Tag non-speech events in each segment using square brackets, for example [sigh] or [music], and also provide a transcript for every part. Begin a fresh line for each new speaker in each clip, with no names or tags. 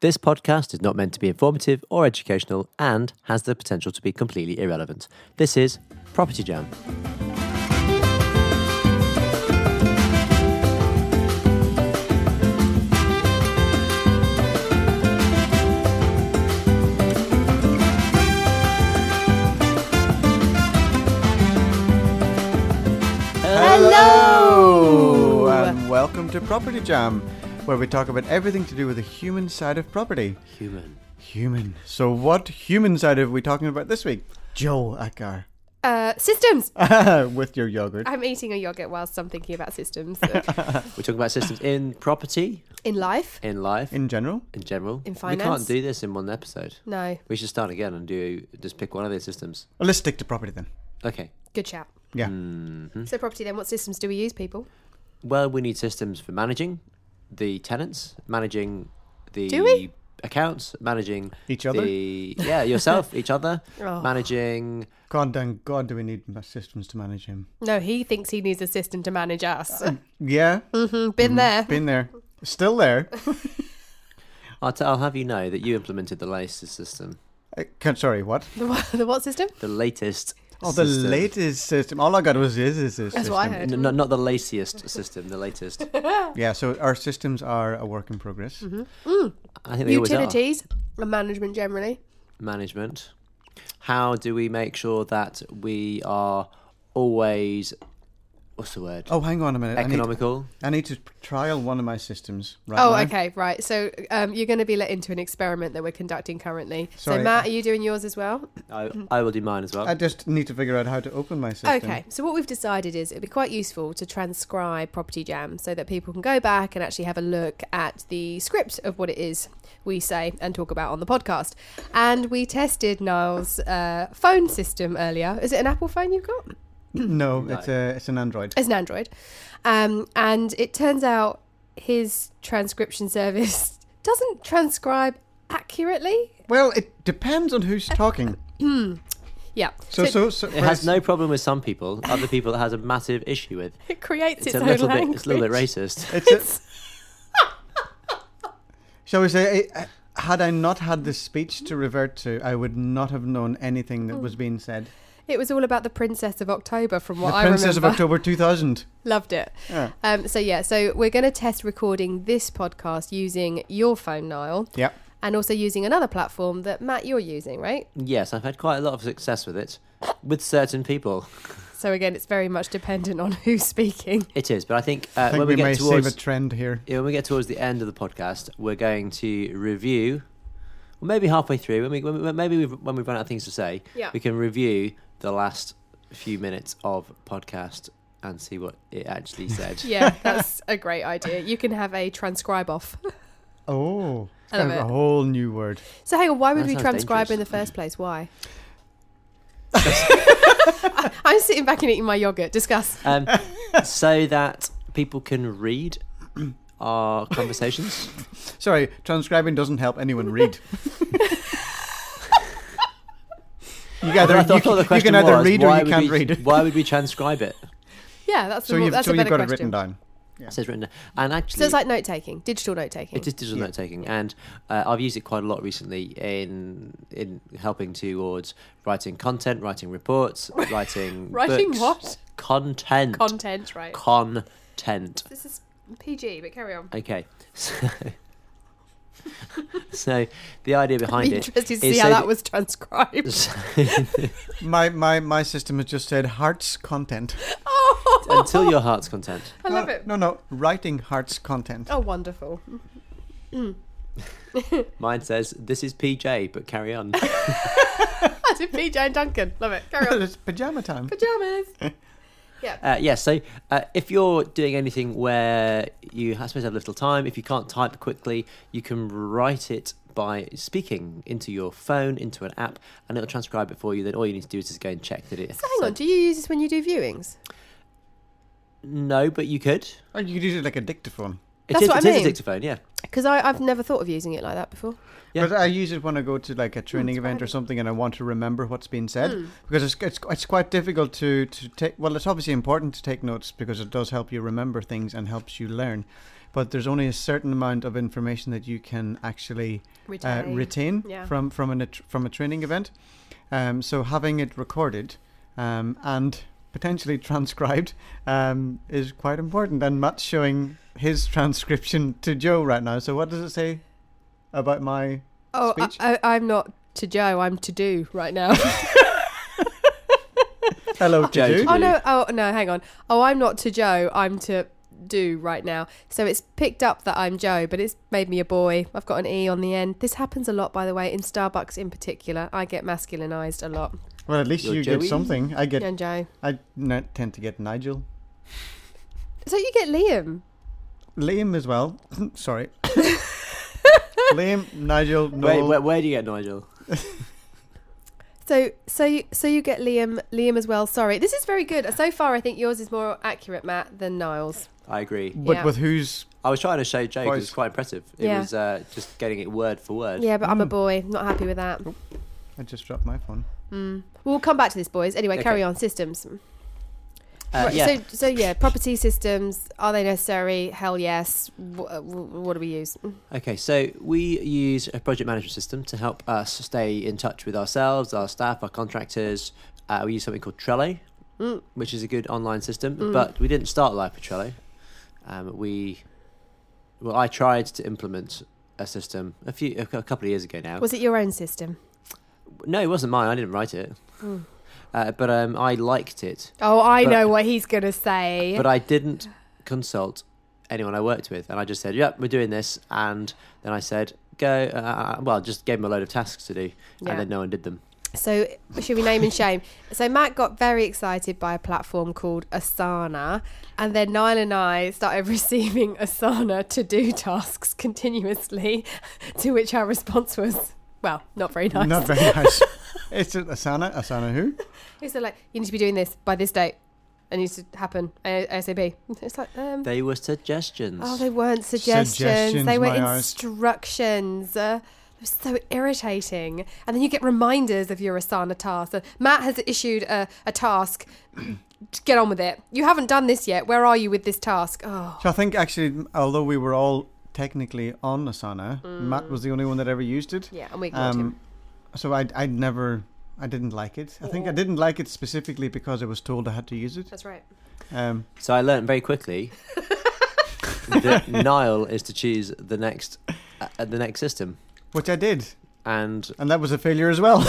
This podcast is not meant to be informative or educational and has the potential to be completely irrelevant. This is Property Jam.
Hello! And welcome to Property Jam, where we talk about everything to do with the human side of property.
Human.
Human. So, what human side are we talking about this week? Joe Akar.
Uh, systems.
[laughs] With your yogurt.
I'm eating a yogurt whilst I'm thinking about systems
[laughs]
We're talking about systems in property,
in life.
in life, in,
In general?
general.
In
We can't
finance.
do this in one episode.
No,
We should start again and do just pick one of these systems.
Well, let's stick to property then.
Okay.
good chat.
Yeah. Hmm.
So property then, what systems do we use, people?
Well, we need systems for managing the tenants, managing the
Do we?
accounts, managing
Each other?
The, yeah,
[laughs]
yourself, each other,
Oh.
managing.
God, dang, God, do we need ma- systems to manage him?
No, he thinks he needs a system to
[laughs]
manage us.
Hmm. Yeah,
[laughs]
[laughs]
Been there. [laughs]
been there. Still there. [laughs]
I'll, t- I'll have you know that you implemented the latest system.
I can't- Uh, sorry, what?
The what, the what system?
The latest.
Oh, the
system.
latest system. All I got was is is this
That's
system.
what I
N- n- not the laziest system, the
[laughs]
latest.
Yeah, so our systems are a work in progress.
Mm-hmm.
I think they always are.
Utilities and management generally.
management. How do we make sure that we are always what's the word?
Oh, hang on a minute. I need-
Economical.
I need to trial one of my systems right
Oh,
now.
okay, right. So um, you're going to be let into an experiment that we're conducting currently.
Sorry.
So Matt, are you doing yours as well?
I, I will do mine as well.
I just need to figure out how to open my system.
Okay, so what we've decided is it'd be quite useful to transcribe Property Jam so that people can go back and actually have a look at the script of what it is we say and talk about on the podcast. And we tested Niall's uh, phone system earlier. Is it an Apple phone you've got?
[clears throat] No,
No.
it's a it's an Android.
It's an Android. Um, and it turns out his transcription service [laughs] doesn't transcribe accurately.
Well, it depends on who's talking.
Yeah.
So so so.
it has no problem with some people. Other people, it has a massive issue with.
[laughs] it creates
It's,
its,
a
own
little
language.
bit. It's a little bit racist.
It's a, [laughs] shall we say? eh, Had I not had this speech to revert to, I would not have known anything that
Hmm.
was being said.
It was all about the Princess of October, from what
the
I
Princess
remember.
of October 2000.
Loved it.
Yeah.
Um, so yeah, so we're going to test recording this podcast using your phone, Niall,
Yep.
and also using another platform that Matt you're using, right?
yes, I've had quite a lot of success with it, with certain people.
So again, it's very much dependent on who's speaking.
It is, but I think, uh,
I think
when
we,
we,
may
get
save a
towards
trend here.
yeah, when we get towards the end of the podcast, we're going to review. Well, maybe halfway through, when we, when we maybe we've, when we've run out of things to say,
Yeah.
we can review the last few minutes of podcast and see what it actually said.
[laughs]
[laughs] Yeah, that's a great idea. You can have a transcribe off.
Oh, it's
I love
kind of a
it.
whole new word.
So hang on, why would
That
we
sounds
transcribe in the
dangerous.
first
[laughs]
place? Why? [laughs] I, I'm sitting back and eating my yogurt. Discuss. [laughs]
Um, so that people can read our conversations.
Sorry, transcribing doesn't help anyone
[laughs]
read. you, either,
I thought,
you,
I thought the
can- you
question
can either
was,
read or
why
you
would
can't
we,
read.
Why
[laughs]
would we transcribe it?
Yeah, that's
So
the, more-
you've,
that's
so
a
you've
better
got it written
question.
down.
It says written, down. and actually,
So it's like note taking, digital note taking.
It is digital note taking, and uh, I've used it quite a lot recently in in helping towards writing content, writing
[laughs]
reports, writing
Writing
books.
what?
content
Content, right?
content.
this is PG, but carry on.
Okay, [laughs] so so the idea behind
be
it
interested to
is
see how
so
that
that-
was transcribed.
My, my, my system has just said hearts content.
[laughs] Oh,
[laughs] until your heart's content.
I [laughs] love
no,
it.
No, no, writing hearts content.
Oh, wonderful. [laughs]
Mine says this is PJ, but carry on.
That's in PJ and Duncan. Love it.
[laughs]
Carry
[laughs]
on.
it's pajama time.
Pajamas. Yeah.
Uh, yeah, so uh, if you're doing anything where you have supposed to have little time, if you can't type quickly, you can write it by speaking into your phone, into an app, and it'll transcribe it for you. Then all you need to do is just go and check that it.
So hang on, do you use this when you do viewings?
No, but you could.
Or Oh, you could use it like a dictaphone.
It
That's
is-
what I
it is
mean.
a dictaphone, yeah.
Because I've never thought of using it like that before.
Yeah.
But I use it when I go to like
Hmm,
a training event or something and I want to remember what's being said because it's, it's it's quite difficult to to take well it's obviously important to take notes because it does help you remember things and helps you learn. but there's only a certain amount of information that you can actually uh,
Retain.
retain
Yeah.
from from an, from a training event. Um, so having it recorded um, and potentially [laughs] transcribed um, is quite important. And Matt's showing his [laughs] transcription to Joe right now. So what does it say about my?
oh,
speech?
I, I, I'm not to Joe. I'm to do right now.
Hello, to
Joe to
you.
do.
oh no! Oh no! Hang on. Oh, I'm not to Joe. I'm to do right now. So it's picked up that I'm Joe, but it's made me a boy. I've got an e on the end. This happens a lot, by the way, in Starbucks in particular. I get masculinized a lot.
Well, at least
You're
you
Joey.
get something. I get.
And Joe.
I no, tend to get Nigel,
So you get Liam.
Liam as well. [laughs] Sorry.
[laughs]
Liam, Nigel,
Where,
Noel.
where, where do you get Nigel?
So so you, so you get Liam Liam as well. Sorry, this is very good. So far, I think yours is more accurate, Matt, than Niles.
I agree.
but
yeah.
with whose?
I was trying to show Joe 'cause
Voice.
it's quite impressive. It
Yeah.
was uh, just getting it word for word.
Yeah, but I'm a boy. Not happy with that.
I just dropped my phone.
Mm. We'll come back to this, boys. Anyway,
Okay.
carry on. Systems.
Uh,
right,
yeah.
So, so yeah, property systems are they necessary? Hell yes. What, what do we use?
Okay, so we use a project management system to help us stay in touch with ourselves, our staff, our contractors. Uh, we use something called Trello,
Mm.
which is a good online system,
Mm.
but we didn't start life with Trello. Um, we, well, I tried to implement a system a few a cou- a couple of years ago now.
Was it your own system?
no, it wasn't mine. I didn't write it,
Mm.
uh, but um, I liked it.
Oh, I
But-
know what he's gonna say.
But I didn't consult anyone I worked with, and I just said, "Yep, we're doing this," and then I said, "Go." Uh, well, just gave them a load of tasks to do.
Yeah.
and then no one did them.
So should we name and shame? So Matt got very excited by a platform called Asana, and then Niall and I started [laughs] receiving Asana to do tasks continuously, [laughs] to which our response was, well, not very nice.
Not very
[laughs]
nice. it's an Asana. Asana who?
It's like you need to be doing this by this date, and it needs to happen A- ASAP. It's like um,
They were suggestions.
Oh, they weren't suggestions.
Suggestions,
they were
my eyes.
instructions. Uh, it was so irritating. And then you get reminders of your Asana task. Uh, Matt has issued a, a task. [clears throat] Just Get on with it. You haven't done this yet. Where are you with this task? Oh,
So I think actually, although we were all technically on Asana, Matt was the only one that ever used it.
Mm. yeah, and we ignored him.
Um, so I I never I didn't like it. I think I
Yeah.
didn't like it specifically because I was told I had to use it.
That's right.
Um,
so I learned very
[laughs]
quickly that Nile is to choose the next uh, the next system,
which I did,
and
and that was a failure as well.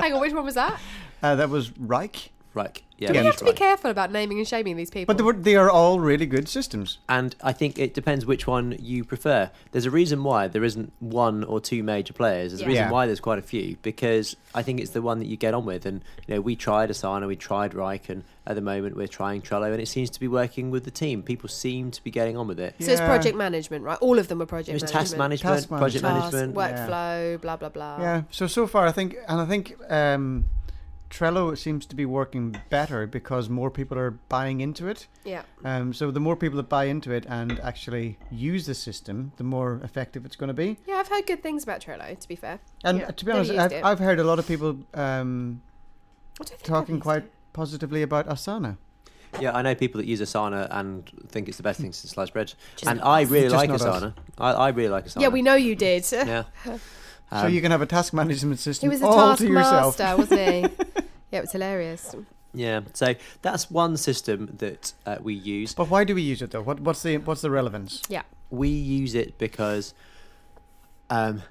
Hang on, which one was
[laughs]
that?
uh, that was Reich.
right, yeah,
Do we
that's
have to be
right.
careful about naming and shaming these people?
But they were they are all really good systems.
And I think it depends which one you prefer. There's a reason why there isn't one or two major players. There's a
Yeah.
reason
Yeah.
why there's quite a few because I think it's the one that you get on with. And you know, we tried Asana, we tried Reich, and at the moment we're trying Trello, and it seems to be working with the team. People seem to be getting on with it.
so it's
Yeah.
project management, right? All of them are project
There's
management.
task management,
Task
project
Task,
management.
yeah.
workflow, blah, blah, blah.
Yeah. So so far, I think, and I think um, Trello seems to be working better because more people are buying into it.
Yeah.
Um, so the more people that buy into it and actually use the system, the more effective it's going to be.
Yeah, I've heard good things about Trello, to be fair.
And
Yeah,
to be
they've
honest,
used
I've,
it.
I've heard a lot of people um,
I don't think I've
talking
used
quite
it.
positively about Asana.
Yeah, I know people that use Asana and think it's the best thing since sliced bread.
Just
and I really
Just
like
not us.
Asana. I, I really like Asana.
Yeah, we know you did. [laughs]
Yeah.
so
Um,
you can have a task management
He
system
was a
all to yourself.
taskmaster, wasn't he? yeah, it was hilarious.
yeah. So that's one system that uh, we use.
[laughs] But why do we use it though? What, what's the what's the relevance?
We use it because um,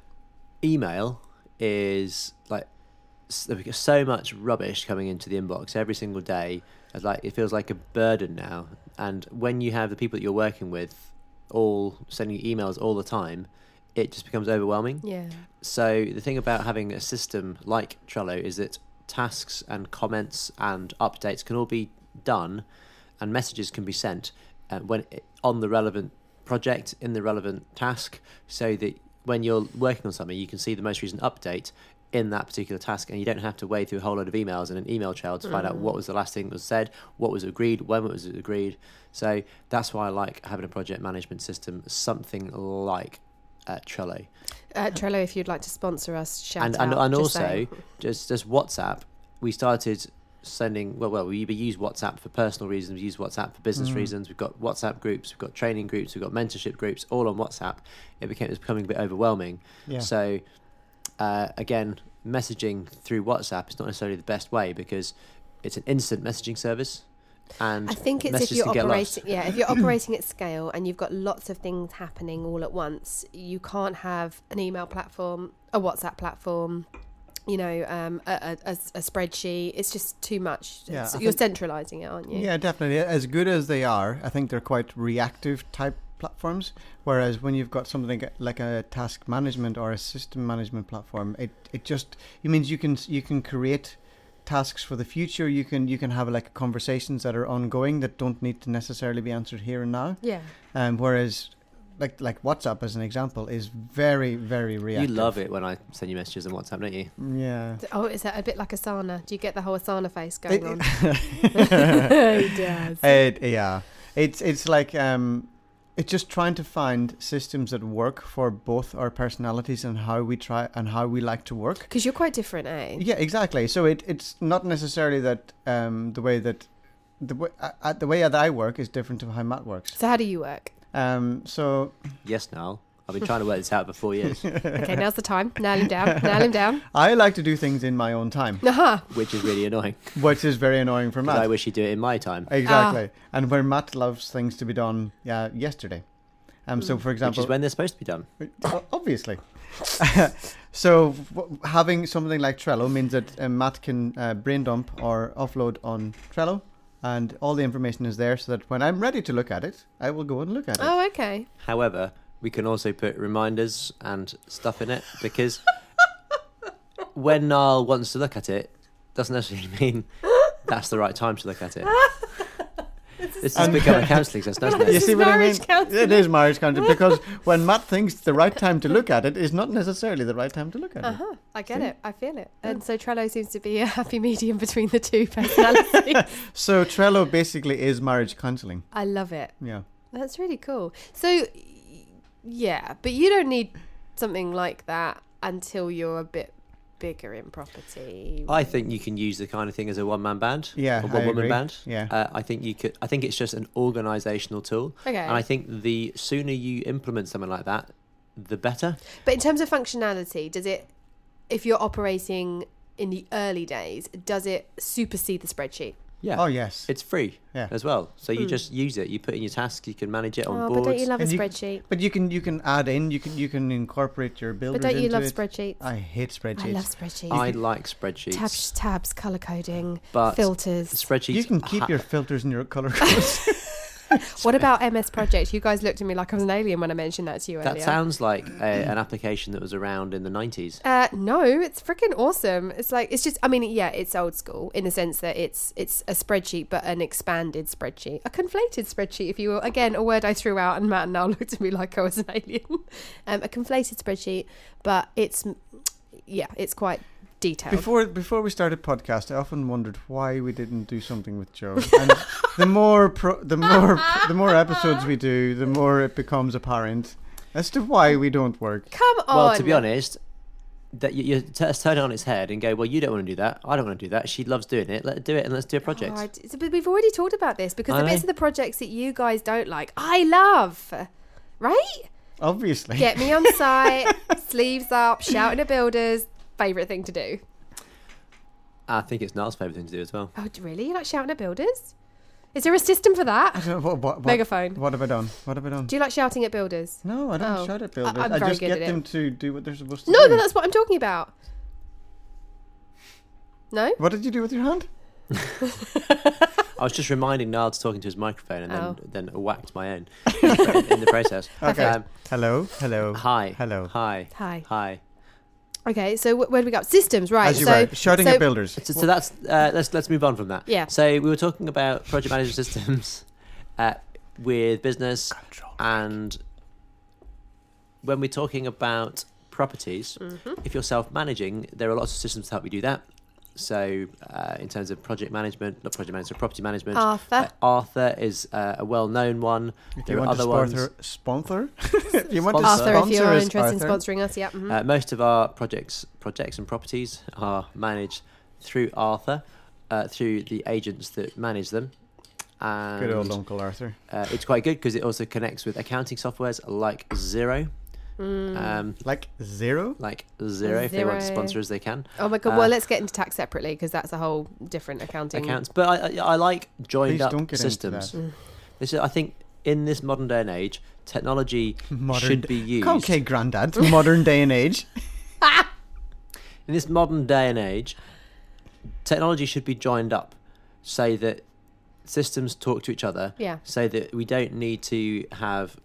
email is like s- there we so much rubbish coming into the inbox every single day. It's like it feels like a burden now. And when you have the people that you're working with all sending you emails all the time, it just becomes overwhelming.
Yeah.
So the thing about having a system like Trello is that tasks and comments and updates can all be done, and messages can be sent uh, when on the relevant project in the relevant task, so that when you're working on something, you can see the most recent update in that particular task, and you don't have to wade through a whole load of emails and an email trail to find out what was the last thing that was said, what was agreed, when was it agreed. So that's why I like having a project management system, something like uh, Trello
Uh, Trello, if you'd like to sponsor us, shout
and
out.
and, and
just
also
saying.
just just WhatsApp. We started sending well well we we use whatsapp for personal reasons we use whatsapp for business
Mm.
reasons we've got whatsapp groups we've got training groups we've got mentorship groups all on whatsapp it became it's becoming a bit overwhelming
Yeah.
so uh, again messaging through whatsapp is not necessarily the best way because it's an instant messaging service and
I think it's if
messages
you're
can get lost.
operating, yeah, if you're operating at scale and you've got lots of things happening all at once, you can't have an email platform, a WhatsApp platform, you know, um, a, a, a, a spreadsheet. It's just too much.
Yeah,
It's-
I
you're
think-
centralizing it, aren't you?
Yeah, definitely. As good as they are, I think they're quite reactive type platforms. Whereas when you've got something like a task management or a system management platform, it, it just it means you can you can create tasks for the future. You can you can have like conversations that are ongoing that don't need to necessarily be answered here and now.
Yeah.
Um, whereas like like WhatsApp as an example is very very
you
reactive.
love it when i send you messages on whatsapp don't you
Yeah.
Oh, is that a bit like Asana? Do you get the whole Asana face going on? [laughs] He does.
[laughs] It, yeah, it's it's like um, it's just trying to find systems that work for both our personalities and how we try and how we like to work.
Because you're quite different, eh?
Yeah, exactly. So it, it's not necessarily that um, the way that the way, uh, uh, the way that I work is different to how Matt works.
So how do you work?
Um, so
yes now i've been trying to work this out for four
[laughs]
years
Okay, now's the time. Nail him down. Nail him down. Uh-huh.
I like to do things in my own time,
Aha.
which is really annoying
which is very annoying for
[laughs] 'cause i
Matt.
wish you'd do it in my time
Exactly, and where Matt loves things to be done, yeah, yesterday. Um, so
Mm.
for
which
example,
is when they're supposed to be done
O- Obviously. [laughs] so w- having something like Trello means that uh, Matt can uh, brain dump or offload on Trello, and all the information is there, so that when I'm ready to look at it, I will go and look at [laughs] it.
Oh, okay.
However, we can also put reminders and stuff in it because when Niall wants to look at it, doesn't necessarily [laughs] mean that's the right time to look at it. This has
so-
become a counselling session,
[laughs]
doesn't
This
You
it?
is
see what I
marriage
mean?
counselling.
It is marriage counseling
[laughs]
because when Matt thinks the right time to look at it is not necessarily the right time to look at it.
Uh-huh. I get
See?
it. I feel it. And so Trello seems to be a happy medium between the two personalities.
So Trello basically is marriage counseling.
I love it.
Yeah.
That's really cool. So, y- yeah, but you don't need something like that until you're a bit bigger in property.
I think you can use the kind of thing as a one man band.
Yeah,
A
I
one woman
agree.
band.
Yeah.
Uh, I think you could I think it's just an organisational tool.
Okay.
And I think the sooner you implement something like that, the better.
But in terms of functionality, does it, if you're operating in the early days, does it supersede the spreadsheet?
Yeah.
Oh yes.
It's free
Yeah.
as well. So you
Mm.
just use it. You put in your tasks, you can manage it on
oh,
boards.
but don't you love a
And you-
spreadsheet?
But you can you can add in you can you can incorporate your builders
But don't you
into
love
it.
spreadsheets?
I hate spreadsheets.
I love spreadsheets.
I like spreadsheets.
tabs, tabs, color coding,
But
filters.
spreadsheets.
You can
ha-
keep
[laughs]
your filters and your [laughs] color codes.
What about MS Project? You guys looked at me like I was an alien when I mentioned that to you earlier.
That sounds like a,
Mm.
an application that was around in the 90s.
uh, no, it's freaking awesome. It's like it's just. I mean, yeah, it's old school in the sense that it's it's a spreadsheet, but an expanded spreadsheet, a conflated spreadsheet, if you will. Again, a word I threw out, and Matt now [laughs] looked at me like I was an alien. [laughs] Um, a conflated spreadsheet, but it's yeah, it's quite detailed.
before before we started podcast, I often wondered why we didn't do something with Joe. And the more pro, the more the more episodes we do, the more it becomes apparent as to why we don't work.
Come on.
Well, to be honest, that you, you t- turn it on its head and go, well, you don't want to do that. I don't want to do that. She loves doing it. Let's do it and let's do a project.
Oh, I d- but we've already talked about this because
I
the bits
know.
of the projects that you guys don't like, I love. Right?
Obviously,
Get me on site, sleeves up, shouting at builders. Favorite thing to do.
I think it's Niall's favourite thing to do as well.
Oh, d- really? You like shouting at builders? Is there a system for that?
So [laughs] what, what, what,
Megaphone.
What have I done? What have I done?
Do you like shouting at builders?
no, I don't
Oh.
shout at builders.
I- I'm
I,
very
just
good
get
at it.
them to do what they're supposed to
No,
do.
no, that's what I'm talking about. No?
what did you do with your hand?
I was just reminding Niall to talking to his microphone and
Oh.
then, then whacked my
[laughs]
own in the process.
Okay.
Um,
Hello, hello.
hi.
Hello.
Hi.
Hi.
Hi.
Okay, so wh- where do we go? Systems, right.
As you
so,
were shouting
so-
at builders.
So, so that's uh, let's let's move on from that.
Yeah.
So we were talking about project management systems uh, with business and when we're talking about properties,
Mm-hmm.
if you're self-managing, there are lots of systems to help you do that. So uh, in terms of project management, not project management, property management.
Arthur.
uh, Arthur is uh, a well-known one.
If
there
you
are
want
other
to
ones.
sponsor,
[laughs]
sponsor? if you want to
Arthur,
Arthur, if
Uh, sponsor
you're
us,
interested in
Arthur.
sponsoring us, yeah. mhm.
Uh, most of our projects, projects and properties are managed through Arthur. uh, through the agents that manage them. And
Good old Uncle Arthur.
Uh, it's quite good because it also connects with accounting softwares like Zero.
Mm.
Um,
Like zero?
like Zero, if they want to
Xero.
sponsor us, they can.
Oh my god!
Uh,
well, let's get into tax separately because that's a whole different accounting.
accounts. But I, I, I like joined
Please
up
don't get into
systems.
Mm.
that.
This is, I think, in this modern day and age, technology
[laughs] Modern
should
d-
be used.
Okay, Grandad. [laughs] Modern day and age.
Mm-hmm.
In this modern day and age, technology should be joined up, so that systems talk to each other.
Yeah.
So that we don't need to have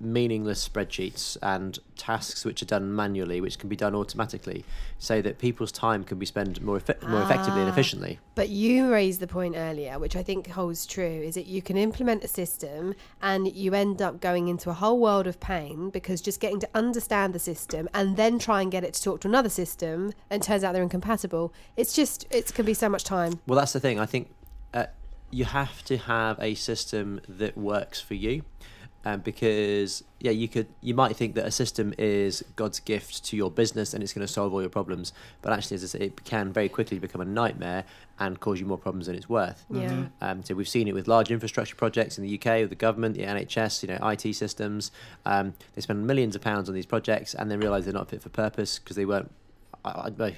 meaningless spreadsheets and tasks which are done manually, which can be done automatically, so that people's time can be spent more effe- more effectively and
Ah.
efficiently.
But you raised the point earlier, which I think holds true, is that you can implement a system and you end up going into a whole world of pain because just getting to understand the system and then try and get it to talk to another system and turns out they're incompatible. It's just it can be so much time.
Well, that's the thing. I think uh, you have to have a system that works for you, um, because yeah, you could you might think that a system is God's gift to your business and it's going to solve all your problems, but actually, as I say, it can very quickly become a nightmare and cause you more problems than it's worth.
Yeah.
Um, so we've seen it with large infrastructure projects in the UK, with the government, the NHS, you know, IT systems. Um, they spend millions of pounds on these projects and then realise they're not fit for purpose because they weren't. I, I,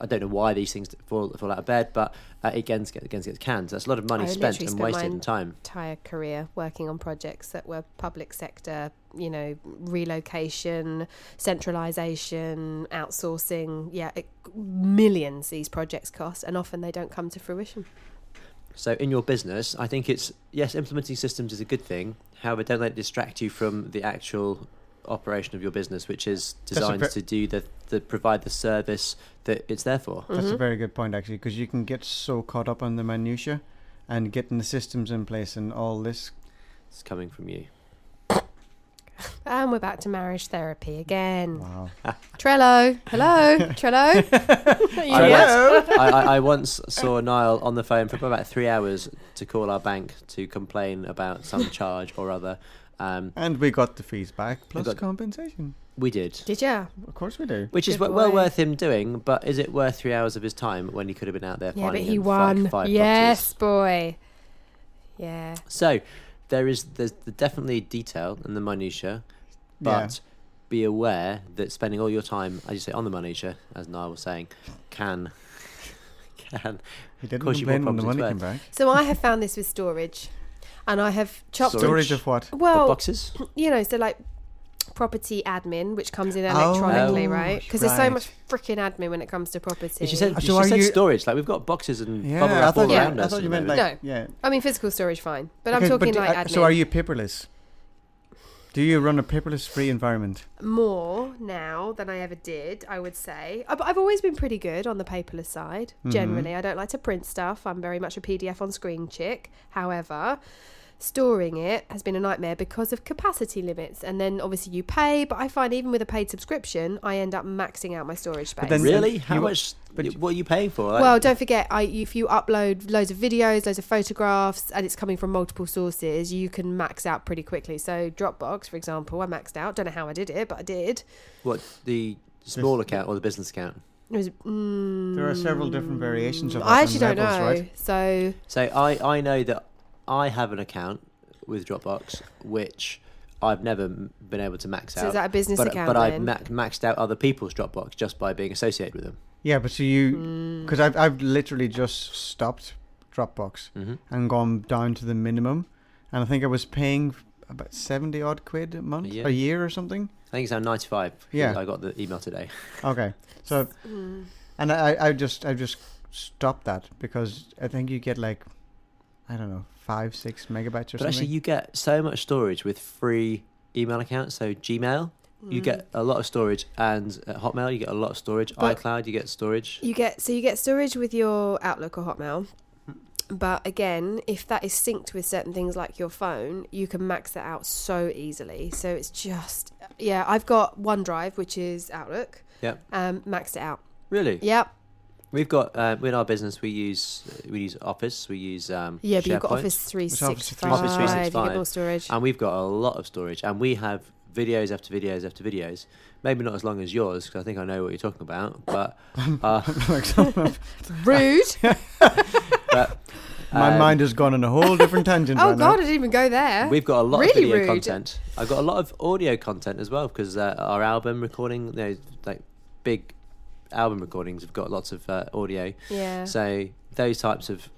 I don't know why these things fall, fall out of bed, but uh, it again, gets- again gets canned. So that's a lot of money
I
spent
literally
and
spent
wasted
mine-
in time.
Entire career working on projects that were public sector, you know, relocation, centralization, outsourcing. Yeah, it, millions these projects cost, and often they don't come to fruition.
So in your business, I think it's yes, implementing systems is a good thing. However, don't let it distract you from the actual operation of your business, which is
a
designed
ver-
to do the, the provide the service that it's there for.
Mm.
That's a very good point, actually, because you can get so caught up on the minutiae and getting the systems in place and all this.
It's coming from you.
And we're back to marriage therapy again.
Wow.
Trello.
[laughs]
Hello. [laughs] Trello.
I
Yeah. [laughs]
once, I, I, I once saw Niall on the phone for about three hours to call our bank to complain about some charge or other. Um,
And we got the fees back plus
got-
compensation.
we did,
Did ya?
Of course we do.
which is
Good
w- well
boy.
worth him doing. But is it worth three hours of his time when he could have been out there
Yeah, but
finding
he
him fi-
won.
five
yes, boy. Yeah.
properties? So there is there's the definitely detail and the minutia, but be aware that spending all your time, as you say, on the minutia, as Niall was saying, can [laughs] can
yeah. he didn't
course you bought
complain when the money
properties
came back.
So I have found this with storage, and I have chopped.
Storage?
Storage of what?
the
Well,
boxes.
you know, so like property admin, which comes in
Oh,
electronically,
Oh.
right? Because there's so
right.
much freaking admin when it comes to property.
She said,
So
she
are
said
you-
storage. Like we've got boxes and
Yeah,
bubble
I
wrap
thought,
all
you,
around
I
us.
thought
at
you
the
meant
moment.
like
moment.
yeah.
I mean, physical storage, fine, but
Okay,
I'm talking
do-
like
uh,
admin.
So are you paperless? Do you run a paperless free environment?
more now than I ever did, I would say. I- But I've always been pretty good on the paperless side.
Mm-hmm.
Generally, I don't like to print stuff. I'm very much a PDF on screen chick. However, storing it has been a nightmare because of capacity limits. And then obviously you pay, but I find even with a paid subscription, I end up maxing out my storage space.
then-
Really?
And
How
you-
much?
but you-
what are you paying for? Like,
well, don't forget, I, if you upload loads of videos, loads of photographs, and it's coming from multiple sources, you can max out pretty quickly. So, Dropbox, for example, I maxed out. Don't know how I did it, but I did.
what the small account or the business account?
It was, mm,
There are several different variations of that
I
and
actually don't
levels,
know.
right?
So
So I I know that I have an account with Dropbox which I've never m- been able to max
So
out.
is that a business
but,
account
But I've
then?
ma- maxed out other people's Dropbox just by being associated with them.
Yeah, but so
Hmm.
you, because I've I've literally just stopped Dropbox
Mhm.
and gone down to the minimum, and I think I was paying about seventy odd quid a month,
year.
a year or something.
I think it's now ninety five.
Yeah.
I got the email today.
Okay, so
Mm.
and I I- I just I just stopped that because I think you get like, I don't know, five six megabytes or
But actually,
something.
you get so much storage with free email accounts. So Gmail. You get a lot of storage, and at Hotmail you get a lot of storage.
Mm. But-
iCloud you get storage.
you get so you get storage with your Outlook or Hotmail.
Mm-hmm.
But again, if that is synced with certain things like your phone, you can max that out so easily. So it's just yeah, I've got OneDrive, which is Outlook.
Yep.
Um, maxed it out.
Really?
Yep.
We've got uh, in our business we use we use Office, we use um,
Yeah, but you've got
SharePoint,
Office three
It's Office
six five. You get
365.
more storage.
and we've got a lot of storage, and we have videos after videos after videos. Maybe not as long as yours because I
[laughs]
think I know what you're talking about, but uh,
Like, some of-
Rude.
My
Um,
mind has gone on a whole different tangent.
[laughs] Oh
right
God, I
now.
didn't even go there.
We've got a lot
Really
of video
rude.
content. I've got a lot of audio content as well because uh, our album recording, you know, like big album recordings, have got lots of uh, audio.
yeah.
So those types of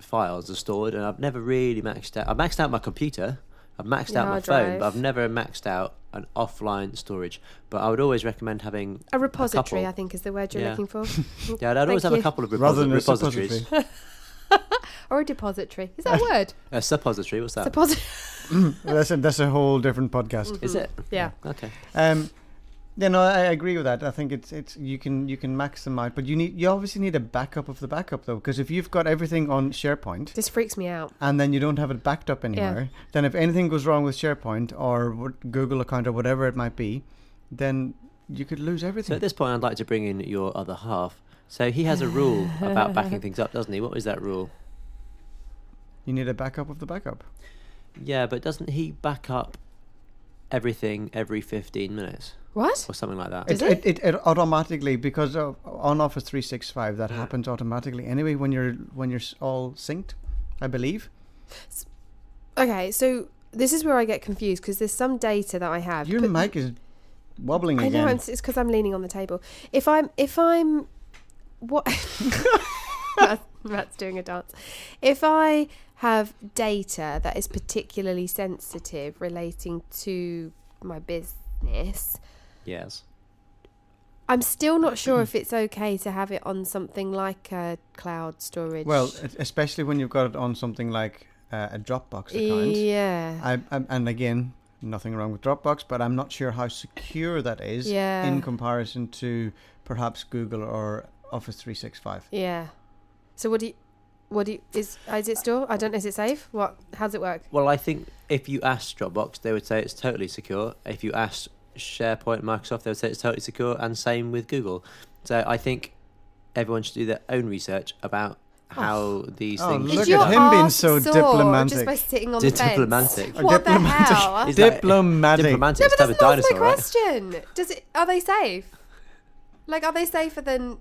files are stored, and I've never really maxed out. I've maxed out my computer, I've maxed
Your
out my
hard
phone,
drive.
but I've never maxed out an offline storage. But I would always recommend having.
a repository,
couple.
I think, is the word you're
Yeah.
looking for,
[laughs] Yeah, I'd always have
you.
a couple of repos-
Rather than a
repositories.
suppository.
or a depository. Is that a word?
[laughs] A suppository. What's that?
Deposit.
[laughs] that's, a, that's a whole different podcast.
Is it?
[laughs] Yeah.
Okay.
Um, yeah, no, I I agree with that. I think it's it's you can you can max them out, but you need you obviously need a backup of the backup though, because if you've got everything on SharePoint
This freaks me out.
and then you don't have it backed up anywhere, then if anything goes wrong with SharePoint or what- Google account or whatever it might be, then you could lose
So
everything.
at this point, I'd like to bring in your other half. So he has a rule
[laughs]
about backing things up, doesn't he? What was that rule?
you need a backup of the backup.
Yeah, but doesn't he back up everything every 15 minutes
What?
or something like that?
Does
It,
it?
it, it, it automatically because of, on Office 365 that happens automatically anyway when you're when you're s- all synced, I believe.
Okay, so this is where I get confused because there's some data that I have.
Your
but-
mic is wobbling
I
again.
know it's because I'm leaning on the table. If I'm, if I'm, what? [laughs] Matt- Matt's doing a dance. If I have data that is particularly sensitive relating to my business,
Yes.
I'm still not sure if it's okay to have it on something like a cloud storage.
Well, e- especially when you've got it on something like uh, a Dropbox account.
yeah,
I, I, and again, nothing wrong with Dropbox, but I'm not sure how secure that is
yeah,
in comparison to perhaps Google or Office 365.
yeah. So what do you? What do you, is is it still? I don't know. Is it safe? What? How's it work?
Well, I think if you asked Dropbox, they would say it's totally secure. If you asked SharePoint, Microsoft, they would say it's totally secure, and same with Google. So I think everyone should do their own research about how these
Oh,
things.
Look
Is
at
should
your
be
him
done.
being
arse
so
sore Just
diplomatic.
by sitting on
Di-
the fence.
diplomatic.
Oh,
What
diplomatic.
[laughs]
the hell?
Is that-
Diplomatic.
Diplomatic.
no,
it's
but
a type of
that's not
dinosaur,
answering my
right?
question. Does it? Are they safe? Like, are they safer than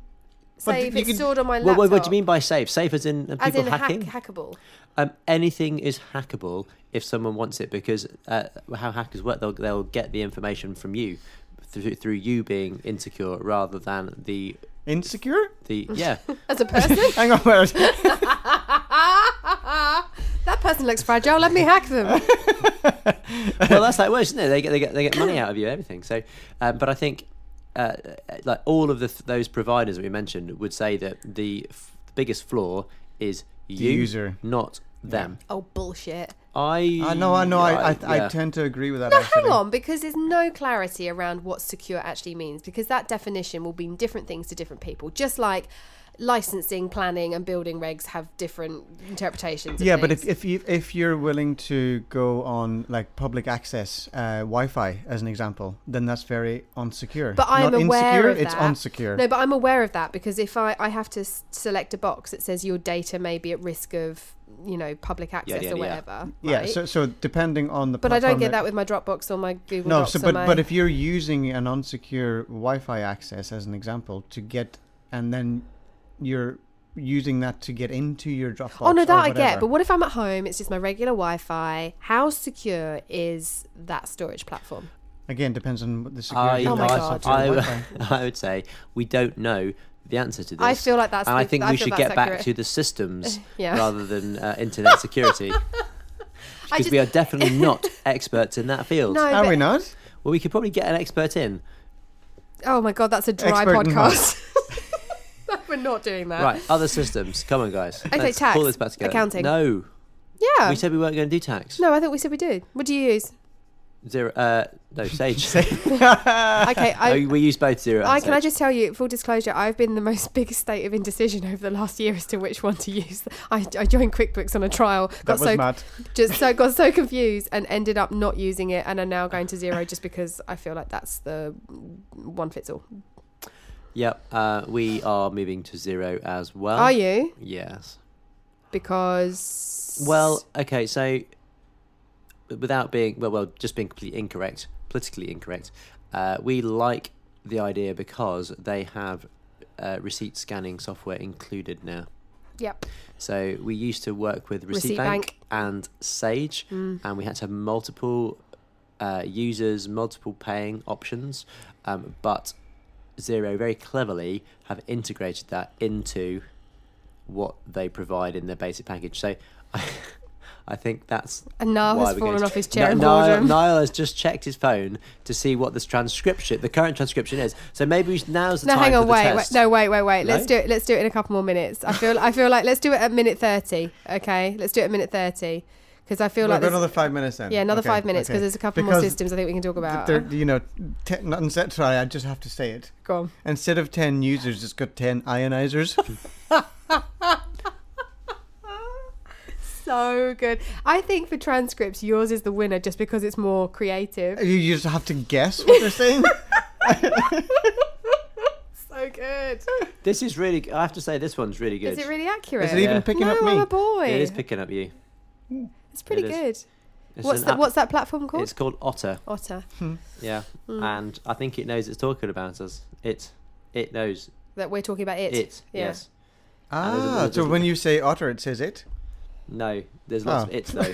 But
say if
you
it's
can-
stored on my
Well,
laptop?
what, what do you mean by safe? Safe as in uh,
As
people
in
hacking?
hack, hackable.
Um, anything is hackable if someone wants it because uh, how hackers work, they'll, they'll get the information from you through, through you being insecure rather than the
Insecure? [laughs]
the yeah.
As a person, [laughs]
Hang on. wait.
that person looks fragile. Let me
[laughs]
hack them.
well, that's how it works, isn't it? They get they get they get money out of you, everything. So, um, but I think uh, like all of the th- those providers that we mentioned would say that the f- biggest flaw is [laughs] you,
user.
not them.
Oh bullshit!
I
I know, I know. I, I, I
yeah.
tend to agree with that.
No,
actually.
hang on, because there's no clarity around what secure actually means, because that definition will mean different things to different people. Just like licensing, planning, and building regs have different interpretations. of
Yeah, but
things.
if, if you if you're willing to go on like public access uh, Wi-Fi as an example, then that's very unsecure.
But I'm
Not
aware
insecure,
of
it's
that.
unsecure.
No, but I'm aware of that because if I, I have to s- select a box that says your data may be at risk of, you know, public access
yeah,
or
yeah.
whatever.
Yeah,
right?
so so depending on the
but I don't
platform
get that with my Dropbox or my Google
No,
Docs
so
or
but
my.
but if you're using an unsecure Wi-Fi access as an example to get and then you're using that to get into your Dropbox.
oh no,
or
that I get.
whatever.
But what if I'm at home? It's just my regular Wi-Fi. How secure is that storage platform?
again depends on the
I,
security.
Oh my
levels
God.
of your
I,
Wi-Fi.
[laughs] I, would say we don't know the answer to this.
I feel like that's.
and I
the-
think we
feel
should
that's
get back
accurate.
to the systems
[laughs] Yeah.
rather than uh, internet
[laughs]
security
I
because
just,
we are definitely
[laughs]
not experts in that field.
no, [laughs]
Are
but-
we not?
Well, we could probably get an expert in.
Oh my god, that's a dry
Expert in what?
podcast. [laughs] We're not doing that.
Right, other systems. Come on, guys.
Okay,
Let's
Uh. tax,
Pull this back together.
accounting.
No,
Yeah.
we said we weren't going to do tax.
no, I thought we said we did. What do you use?
Zero. Uh,
[laughs]
no, Sage.
[laughs]
Okay, I,
[laughs] Oh, we use both zero. and
I can I
Sage.
just tell you, full disclosure, I've been in the most [laughs] biggest state of indecision over the last year as to which one to use. I, I joined QuickBooks on a trial,
That
got
was
so
mad.
just so got so confused, and ended up not using it, and are now going to zero just because I feel like that's the one fits all.
Yep. Uh, we are moving to zero as well.
are you?
Yes.
Because
Well, okay. So, without being well, well, just being completely incorrect, politically incorrect, uh, we like the idea because they have uh, receipt scanning software included now.
Yep.
So we used to work with Receipt,
Receipt Mm.
Bank, and Sage, and we had to have multiple uh, users, multiple paying options. Um, but Zero very cleverly have integrated that into what they provide in their basic package. So [laughs] I, I think that's
And Niall
why
has
we're
fallen
going
off his chair
Ni-
in
Niall,
boredom.
Niall has just checked his phone to see what this transcription, the current transcription is. So maybe we should- now's the
No,
time
hang
for
on,
the
wait, wait,
test.
no, wait, wait, wait. Let's
No?
do it. Let's do it in a couple more minutes. I feel, I feel like let's do it at minute thirty. Okay, let's do it at minute thirty because I feel
We've
like
got
there's-
another five minutes then.
yeah, another
Okay,
five minutes
okay.
because there's a couple more
Because
systems I think we can talk about.
They're, you know, te- not instead, sorry, I just have to say it.
Go on.
Instead of 10 users, it's got 10
[laughs]
ionizers.
So good. I think for transcripts, yours is the winner just because it's more creative.
you just have to guess what they're
[laughs]
saying.
So good.
This is really. g- I have to say, this onene's really good.
Is it really accurate?
Is it even
Yeah.
picking
no,
up me?
I'm a boy.
It is picking up you.
It's pretty
it
good.
It's
What's
an
that?
app-
What's that platform called? Hmm.
It's called Otter.
Otter.
Yeah, and I think it knows it's talking about us. It, it knows
That we're talking about it.
it.
Yeah.
Yes. there's a-
ah,
there's
so
a-
when you say otter, it says it.
No. There's lots of
Oh.
it's though.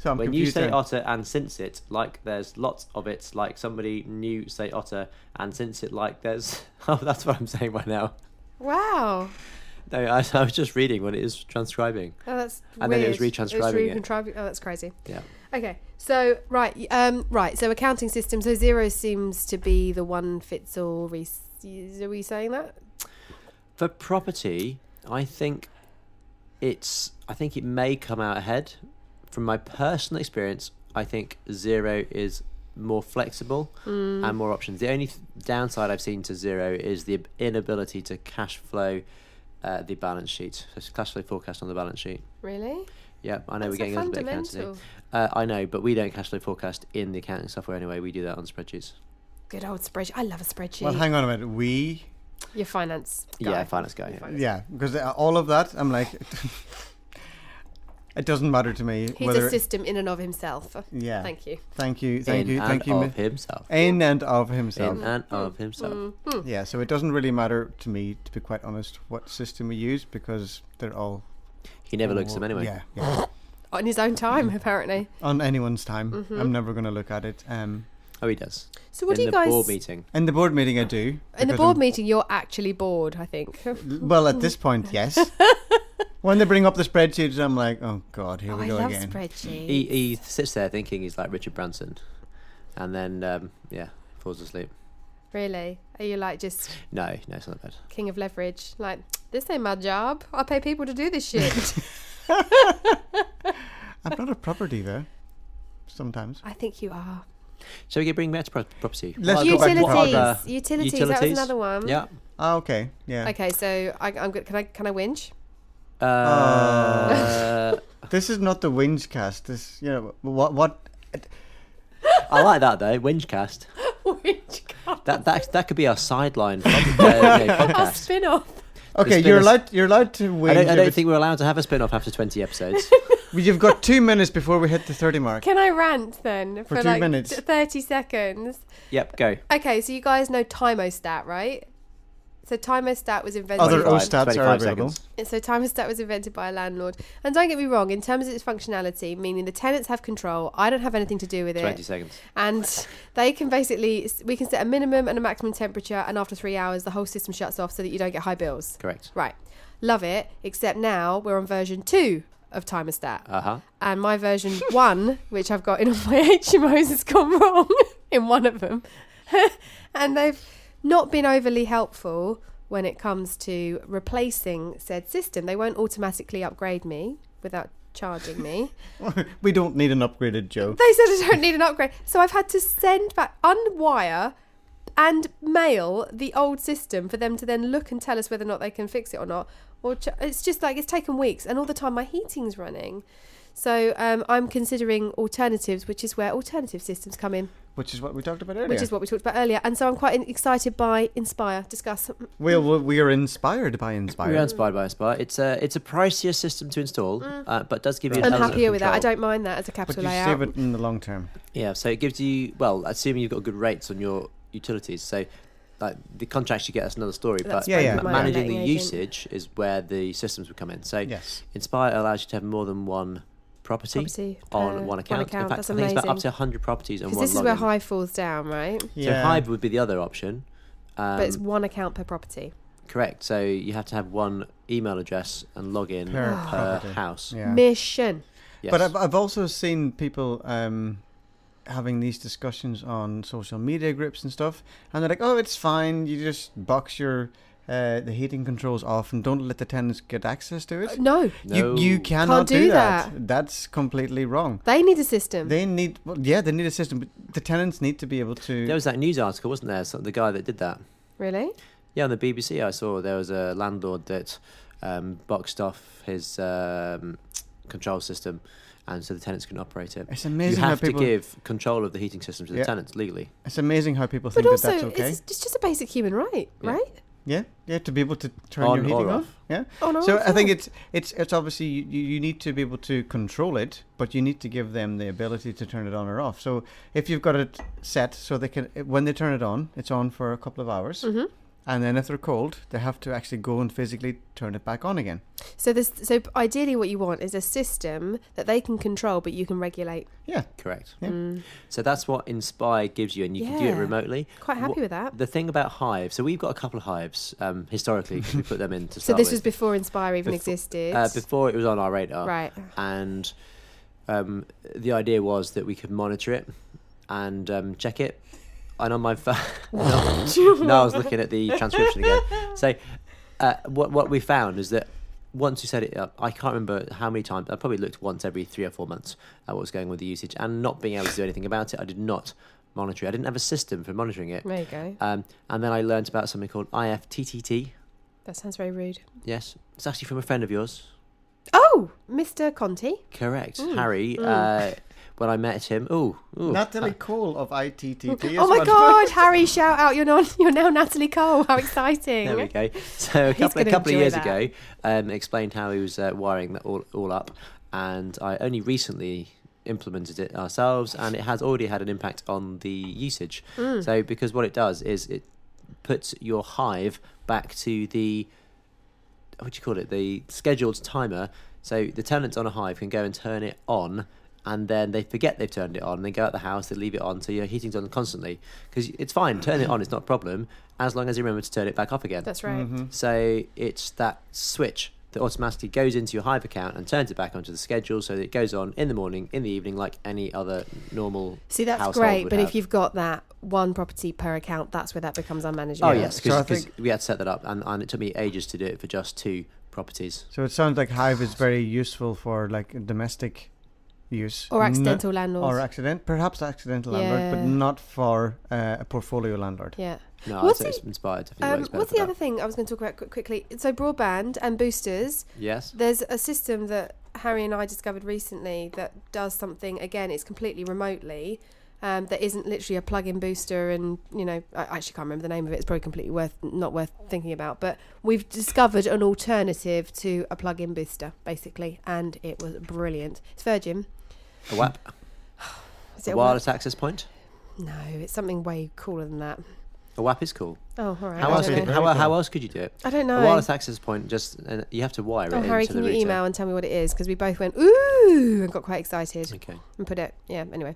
So [laughs] I'm
when you
confused
say
then.
otter and since it, like there's lots of it. Like somebody new say otter and since it, like there's. [laughs] Oh, that's what I'm saying right now.
Wow.
No, I, I was just reading what it is transcribing.
Oh, that's
And then
weird.
it was retranscribing it.
recontriv- Oh, that's crazy.
Yeah.
Okay, so right, y- um, right. So accounting system. So zero seems to be the one fits all. Re- are we saying that?
For property, I think it's I think it may come out ahead. From my personal experience, I think zero is more flexible
Mm.
and more options. The only th- downside I've seen to zero is the inability to cash flow uh, the balance sheet. So it's cash flow forecast on the balance sheet.
Really?
Yeah, I know
That's
we're
a
getting a little bit accounting.
fundamental.
Uh, I know, but we don't cash flow forecast in the accounting software anyway. We do that on spreadsheets.
Good old spreadsheet. I love a spreadsheet.
Well, hang on a minute. We,
Your finance. Guy.
Yeah, finance guy.
Your
yeah.
finance
yeah, because all of that, I'm like, [laughs] it doesn't matter to me
He's
whether.
a system in and of himself.
yeah. Thank,
Thank you.
you, thank
in
you,
and
thank you.
of
mi-
himself.
In and of
In
himself.
and of himself.
Mm.
Yeah, so it doesn't really matter to me, to be quite honest, what system we use because they're all.
He never looks at them anyway.
Yeah, yeah.
On his
[laughs]
own time, apparently.
on anyone's time.
Mm-hmm.
I'm never going to look at it. Um,
Oh, he does.
So what
in
do you
the
guys?
board meeting.
in the board meeting, I do.
in the
because
board
I'm-
meeting, you're actually bored. I think. [laughs]
Well, at this point, yes. when they bring up the spreadsheets, I'm like, oh god, here
Oh,
we
I
go
love
again.
spreadsheets.
He, he sits there thinking he's like Richard Branson, and then um, yeah, falls asleep.
Really? Are you like just
No, no, it's not bad.
king of leverage? Like this ain't my job. I pay people to do this shit.
[laughs]
I'm not a property though. Sometimes.
I think you are.
Shall we get bring back to pro- property?
Let's
What
go back
other-
to uh,
what
utilities.
property.
other-
utilities. That was
utilities?
another one.
Yeah.
Ah, okay. Yeah.
Okay, so I, I'm good. Can I can I whinge?
Uh,
This is not the whinge cast. This, you know, what what Oh.
[laughs] I like that though. Wingecast.
[laughs] whinge.
That that that could be our sideline
[laughs]
pod- uh, you know,
[laughs] I'll
podcast.
spin off.
Okay,
been
you're
a s-
allowed you're allowed to whinge.
I don't, I
if
don't
it's-
think we're allowed to have a spin-off after 20
[laughs]
episodes. [laughs]
you've got 2 minutes before we hit the 30 mark.
Can I rant then
For two
like
minutes.
t- thirty seconds?
yep, go.
Okay, so you guys know Timostat, right? So Timostat was invented.
Other
25
OSTATs are
25
available.
seconds.
So thermostat was invented by a landlord. And don't get me wrong, in terms of its functionality, meaning the tenants have control, I don't have anything to do with
20
it.
seconds.
And they can basically, we can set a minimum and a maximum temperature, and after three hours, the whole system shuts off so that you don't get high bills.
Correct.
Right. Love it, except now we're on version two of Timestat.
Uh huh.
and my version one, which I've got in all my [laughs] HMOs, has gone wrong [laughs] in one of them. [laughs] and they've not been overly helpful when it comes to replacing said system. They won't automatically upgrade me without charging me.
[laughs] we don't need an upgraded Joe.
they said I don't need an upgrade. So I've had to send back, unwire, and mail the old system for them to then look and tell us whether or not they can fix it or not. Or ch- it's just like it's taken weeks, and all the time my heating's running. So um, I'm considering alternatives, which is where alternative systems come in,
Which is what we talked about earlier.
which is what we talked about earlier. And so I'm quite in- excited by Inspire. Discuss.
Well, we- we are inspired by Inspire.
We are inspired by Inspire. It's a it's a pricier system to install,
Mm.
uh, but does give you. an
I'm
element of
happier with that. I
control.
don't mind that as a
But
capital
you
layout.
save it in the long term.
Yeah, so it gives you well, assuming you've got good rates on your utilities. So like the contracts you get that's another story,
That's
but
Yeah, yeah.
ma-
my
managing the
letting agent.
usage is where the systems would come in. So
Yes.
Inspire allows you to have more than one property,
Property per-
on one account. In
account.
fact,
That's
I think it's about up
amazing.
to hundred properties on
Because
one
this is
login.
where Hive falls down, right?
So Hive would be the other option. Um,
but it's one account per property.
correct. So you have to have one email address and login
Per
per,
property.
house.
Yeah.
Mission.
Yes.
But I've, I've also seen people um, having these discussions on social media groups and stuff, and they're like, "Oh, it's fine. You just box your uh, the heating controls off and don't let the tenants get access to it."
No,
Uh, No.
You you cannot
do Um,
do that. That's completely wrong.
they need a system.
They need well, yeah, they need a system, but the tenants need to be able to.
There was that news article, wasn't there? So the guy that did that.
really?
Yeah, on the BBC, I saw there was a landlord that um, boxed off his um, control system, and so the tenants couldn't operate it.
it's
You
amazing how
have to
people.
give control of the heating system to the
Yeah.
tenants legally.
It's amazing how people
But
think
also,
that that's okay.
it's, it's just a basic human right,
Yeah.
right?
Yeah, yeah, to be able to turn
On
your
or
heating
off.
off. Yeah.
Oh, no,
So
it's
I think
not.
it's it's it's obviously you, you you need to be able to control it, but you need to give them the ability to turn it on or off. So if you've got it set so they can when they turn it on, it's on for a couple of hours,
Mhm.
and then if they're cold, they have to actually go and physically turn it back on again.
So this, so ideally, what you want is a system that they can control, but you can regulate.
Yeah,
Correct.
Yeah.
Mm,
So that's what Inspire gives you, and you can do it
Yeah.
remotely.
quite happy with that.
The thing about hives, so we've got a couple of hives um, historically 'cause we put them in to
So
start
this was
with.
before Inspire even
Befo-
existed,
uh, before it was on our radar,
right?
and um, the idea was that we could monitor it and um, check it. And on my phone, [laughs] no, no, I was looking at the transcription again. So, uh, what what we found is that once you set it up, I can't remember how many times. I probably looked once every three or four months at what was going on with the usage, and not being able to do anything about it. I did not monitor it. I didn't have a system for monitoring it.
There you go.
Um, and then I learned about something called IFTTT.
That sounds very rude.
Yes, it's actually from a friend of yours.
Oh, Mr. Conti.
Correct,
Mm.
Harry.
Mm.
Uh, when I met him, ooh, ooh
Natalie Cole of ITTP. is
oh
[laughs]
my
one.
God, Harry! Shout out! You're not. You're now Natalie Cole. How exciting!
There we go. [laughs] So a
He's
couple, a
gonna
couple of
enjoy
years
that.
ago, um, explained how he was uh, wiring that all, all up, and I only recently implemented it ourselves, and it has already had an impact on the usage.
Mm.
So because what it does is it puts your hive back to the what do you call it the scheduled timer. So the tenants on a hive can go and turn it on. And then they forget they've turned it on. They go out the house, they leave it on, so your heating's on constantly. Because it's fine, turn it on, it's not a problem, as long as you remember to turn it back off again.
That's right.
Mm-hmm. So it's that switch that automatically goes into your Hive account and turns it back onto the schedule so that it goes on in the morning, in the evening, like any other normal.
See, that's
household
great,
would
but
have.
if you've got that one property per account, that's where that becomes unmanageable.
Oh,
Yeah.
yes,
So I
because
think-
we had to set that up and, and it took me ages to do it for just two properties.
So it sounds like Hive is very useful for like domestic use
Mm,
Or
No-
accidental landlords.
or accident, perhaps accidental landlord, but
Yeah.
not for uh, a portfolio landlord.
yeah.
No,
What's
so it's
the-
inspired. I think it
Um,
works better
what's
for
the
that.
other thing I was going to talk about qu- quickly? So broadband and boosters.
Yes.
There's a system that Harry and I discovered recently that does something. Again, it's completely remotely. Um, that isn't literally a plug-in booster, and you know, I I actually can't remember the name of it. It's probably completely worth not worth thinking about. But we've discovered an alternative to a plug-in booster, basically, and it was brilliant. It's Virgin.
A WAP,
Is it
a
a wa-
wireless access point.
No, it's something way cooler than that.
A WAP is cool.
Oh, all right.
How
I,
else,
don't
could,
know.
it-
how,
Very
how
cool.
else could you do it?
I don't know.
A wireless access point, just uh, you have to wire it
oh,
into
Harry,
the
can you
router.
email and tell me what it is? Because we both went ooh and got quite excited
Okay.
and put it. Yeah. Anyway,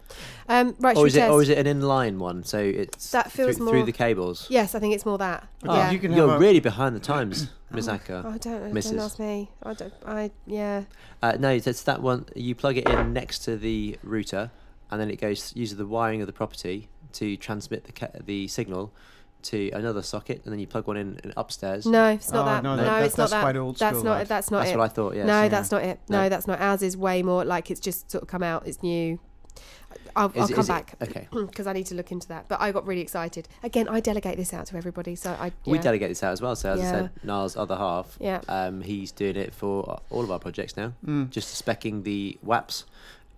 um, right. should
Or
we
is it or
test?
is it an inline one? So it's
That feels
through,
more-
through the cables.
Yes, I think it's more that.
Oh,
But
yeah. Oh
you can have
You're
a-
really behind the
[coughs]
times, Ms. Acker.
I don't. know. Don't
Mrs.
ask me. I don't. I yeah.
Uh, no, it's it's that one. You plug it in next to the router, and then it goes uses the wiring of the property to transmit the ca- the signal to another socket, and then you plug one in in upstairs.
No, it's not
Oh,
that. No,
no, that- that-
it's not
that's
that.
quite old
that's
school,
not.
that.
That's not
that's
it.
what I thought. Yes.
no,
yeah.
that's not it. No,
No.
that's not. Ours is way more like it's just sort of come out. It's new. I'll, I'll
Is it-
come
is it-
back [clears throat]
okay.
because I need to look into that. But I got really excited. Again, I delegate this out to everybody. So I yeah.
We delegate this out as well. So as I said, Niall's other half,
Yeah.
um, he's doing it for all of our projects now,
Mm.
just specking the WAPs,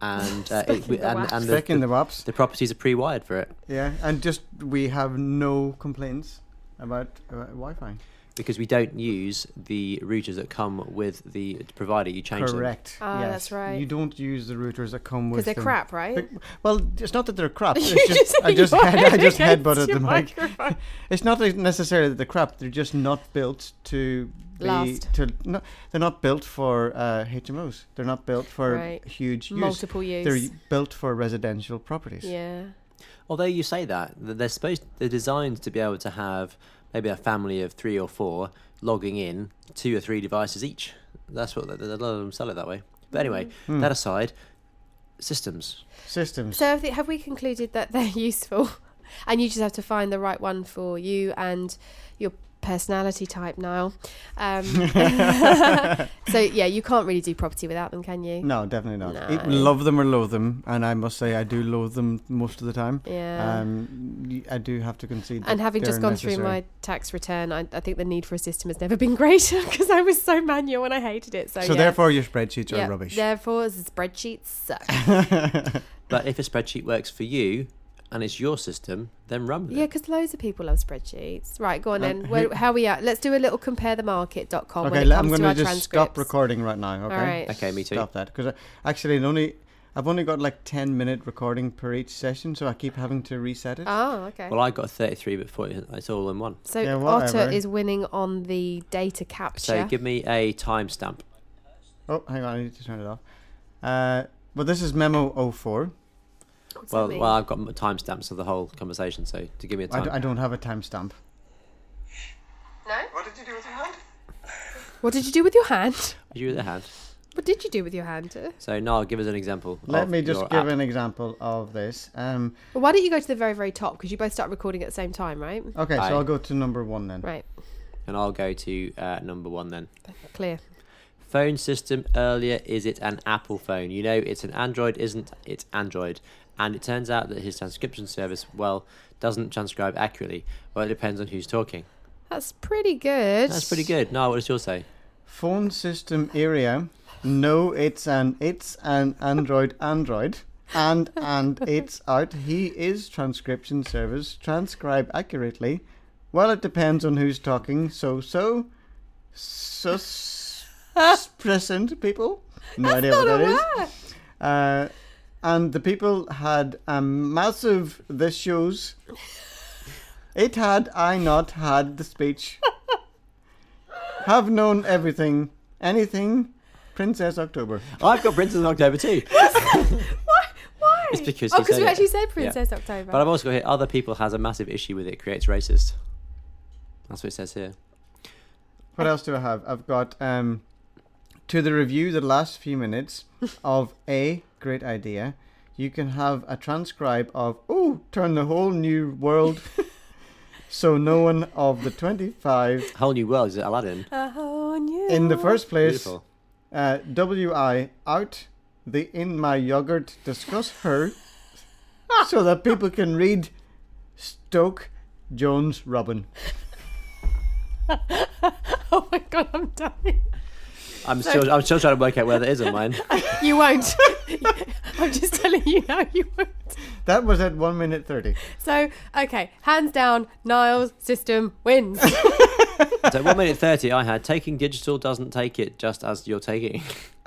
and uh, it,
[laughs] Specking
we-
the
and,
WAPs.
and
Thick in
the,
the waps.
the properties are pre-wired for it.
Yeah, and just we have no complaints about uh, Wi-Fi.
because we don't use the routers that come with the provider. You change them.
Correct.
Ah,
yes.
that's right.
You don't use the routers that come with
because they're
them.
crap, right?
But- well, it's not that they're
[laughs]
crap. [laughs] It's
You
just, I
hit
just
your
head, I [laughs]
head
just
[laughs] against
headbutted
your
the mic.
microphone.
It's not that necessarily that they're crap. They're just not built to be
Last.
to. No, they're not built for uh, HMOs. They're not built for
Right.
huge use.
Multiple use.
They're built for residential properties.
yeah.
Although you say that, that they're supposed, they're designed to be able to have maybe a family of three or four logging in two or three devices each. That's what they- a lot of them sell it that way. But anyway,
Mm.
Hmm.
that aside, systems.
Systems.
So have, they, have we concluded that they're [laughs] useful, and you just have to find the right one for you and your personality type, Niall? Um, [laughs] so yeah, you can't really do property without them, can you?
no, definitely not. E-
No.
love them or loathe them, and I must say I do loathe them most of the time.
Yeah.
Um, y- I do have to concede. That
and having just
they're
gone through
necessary.
my tax return, I, I think the need for a system has never been [laughs] greater because I was so manual and I hated it. So,
So,
yeah.
therefore, your spreadsheets
Yeah,
are rubbish. [laughs]
Therefore, spreadsheets suck.
But if a spreadsheet works for you and it's your system, then run with
yeah,
it.
because loads of people love spreadsheets. Right, go on
Um,
then. Where,
who-
how we at? Let's do a little comparethemarket.com
okay,
when it
le-
comes
I'm
to
going
our
to just
transcripts.
stop recording right now. Okay.
All right.
Okay, me too.
Stop that because actually, it only I've only got like ten minute recording per each session, so I keep having to reset it.
Oh, okay.
Well, I got a 33, but 40, it's all in one.
so
Yeah,
Otter
whatever.
is winning on the data capture.
So give me a timestamp.
Oh, hang on, I need to turn it off. Uh, well, this is memo 04.
What's that
Well,
mean?
well, I've got m- timestamps of the whole conversation, so to give me a
I,
time.
d- I don't have a timestamp.
What did you do with your hand?
what did you do with your hand? [laughs]
you with the hand.
What did you do with your hand? Uh,
So now give us an example.
Let
of
me just
your
give
app.
an example of this. Um,
Well, why don't you go to the very, very top because you both start recording at the same time, right?
okay,
Aye.
so I'll go to number one then.
Right,
And I'll go to uh, number one then.
clear.
Phone system earlier, is it an Apple phone? You know, it's an Android, isn't it Android? And it turns out that his transcription service, well, doesn't transcribe accurately. Well, it depends on who's talking.
That's pretty good.
That's pretty good. No, what does yours say?
Phone system area. No, it's an it's an Android Android. And and it's out. He is transcription service. Transcribe accurately. Well, it depends on who's talking. So so sus present people. No idea what that is. Uh, and the people had a massive this shows. It had I not had the speech. Have known everything, anything, Princess October.
I've got Princess October too.
Why?
It's because
oh,
you said
because we
it.
actually said
Yeah.
Princess October.
But I've also got here other people has a massive issue with it, creates racist. That's what it says here.
What else do I have? I've got um, to the review the last few minutes of a great idea. You can have a transcribe of oh, turn the whole new world. so no one of the twenty-five
Whole new world is it Aladdin?
A whole new
in the
world.
first place.
Beautiful.
Uh, WI out the in my yogurt discuss her so that people can read Stoke Jones Robin.
[laughs] Oh my god, I'm dying.
I'm still I'm still trying to work out where that is on mine.
You won't. [laughs] I'm just telling you now, you won't.
That was at 1 minute 30.
So, okay, hands down, Niall's system wins.
So one minute thirty I had taking digital doesn't take it just as you're taking.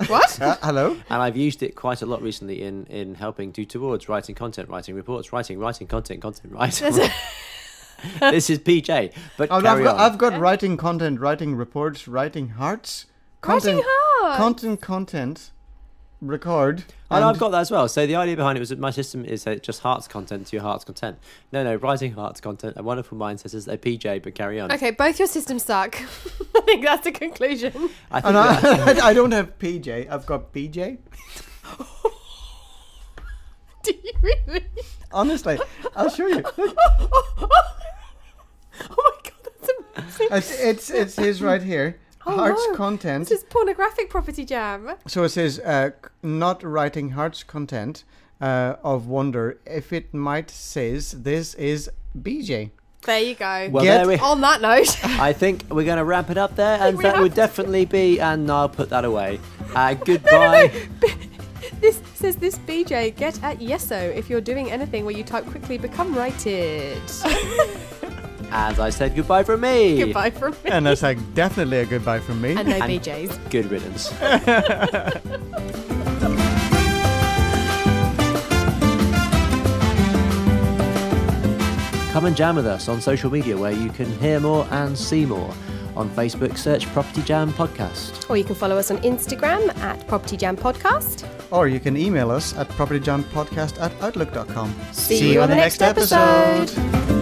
what?
Uh, hello?
And I've used it quite a lot recently in, in helping do towards writing content, writing reports, writing, writing content, content, writing. [laughs] this is PJ. But
Oh, no, I've
carry
got,
on.
I've got writing content, writing reports, writing hearts.
Writing hearts.
Content, content, record.
and
and-
I've got that as well. So the idea behind it was that my system is that just hearts content to your heart's content. No, no, writing hearts content. A wonderful mind says is a PJ, but carry on.
Okay, both your systems suck. [laughs] I think that's the conclusion. [laughs]
I think
And
that-
[laughs] I, I don't have PJ, I've got BJ.
Do you really? [laughs]
Honestly, I'll show you. Look,
oh my god, that's amazing.
it's, it's, it's his right here.
[laughs] Oh,
hearts
no.
content.
This is pornographic property jam.
So it says, uh, c- not writing heart's content uh, of wonder if it might says this is BJ.
There you go.
well,
Get
there we,
[laughs] On that note,
[laughs]
[laughs]
I think we're going to wrap it up there, and
we
that
have
would
to.
definitely be. And I'll put that away.
[laughs]
Uh, goodbye.
this says this BJ [laughs] get at Yeso if you're doing anything where you type quickly become rated.
as I said goodbye from me.
Goodbye from me.
And that's like definitely a goodbye from me.
And no
And-
BJs.
Good riddance. Come and jam with us on social media where you can hear more and see more. On Facebook, search Property Jam Podcast.
Or you can follow us on Instagram at Property Jam Podcast.
Or you can email us at propertyjampodcast at outlook.com.
See you on the next episode.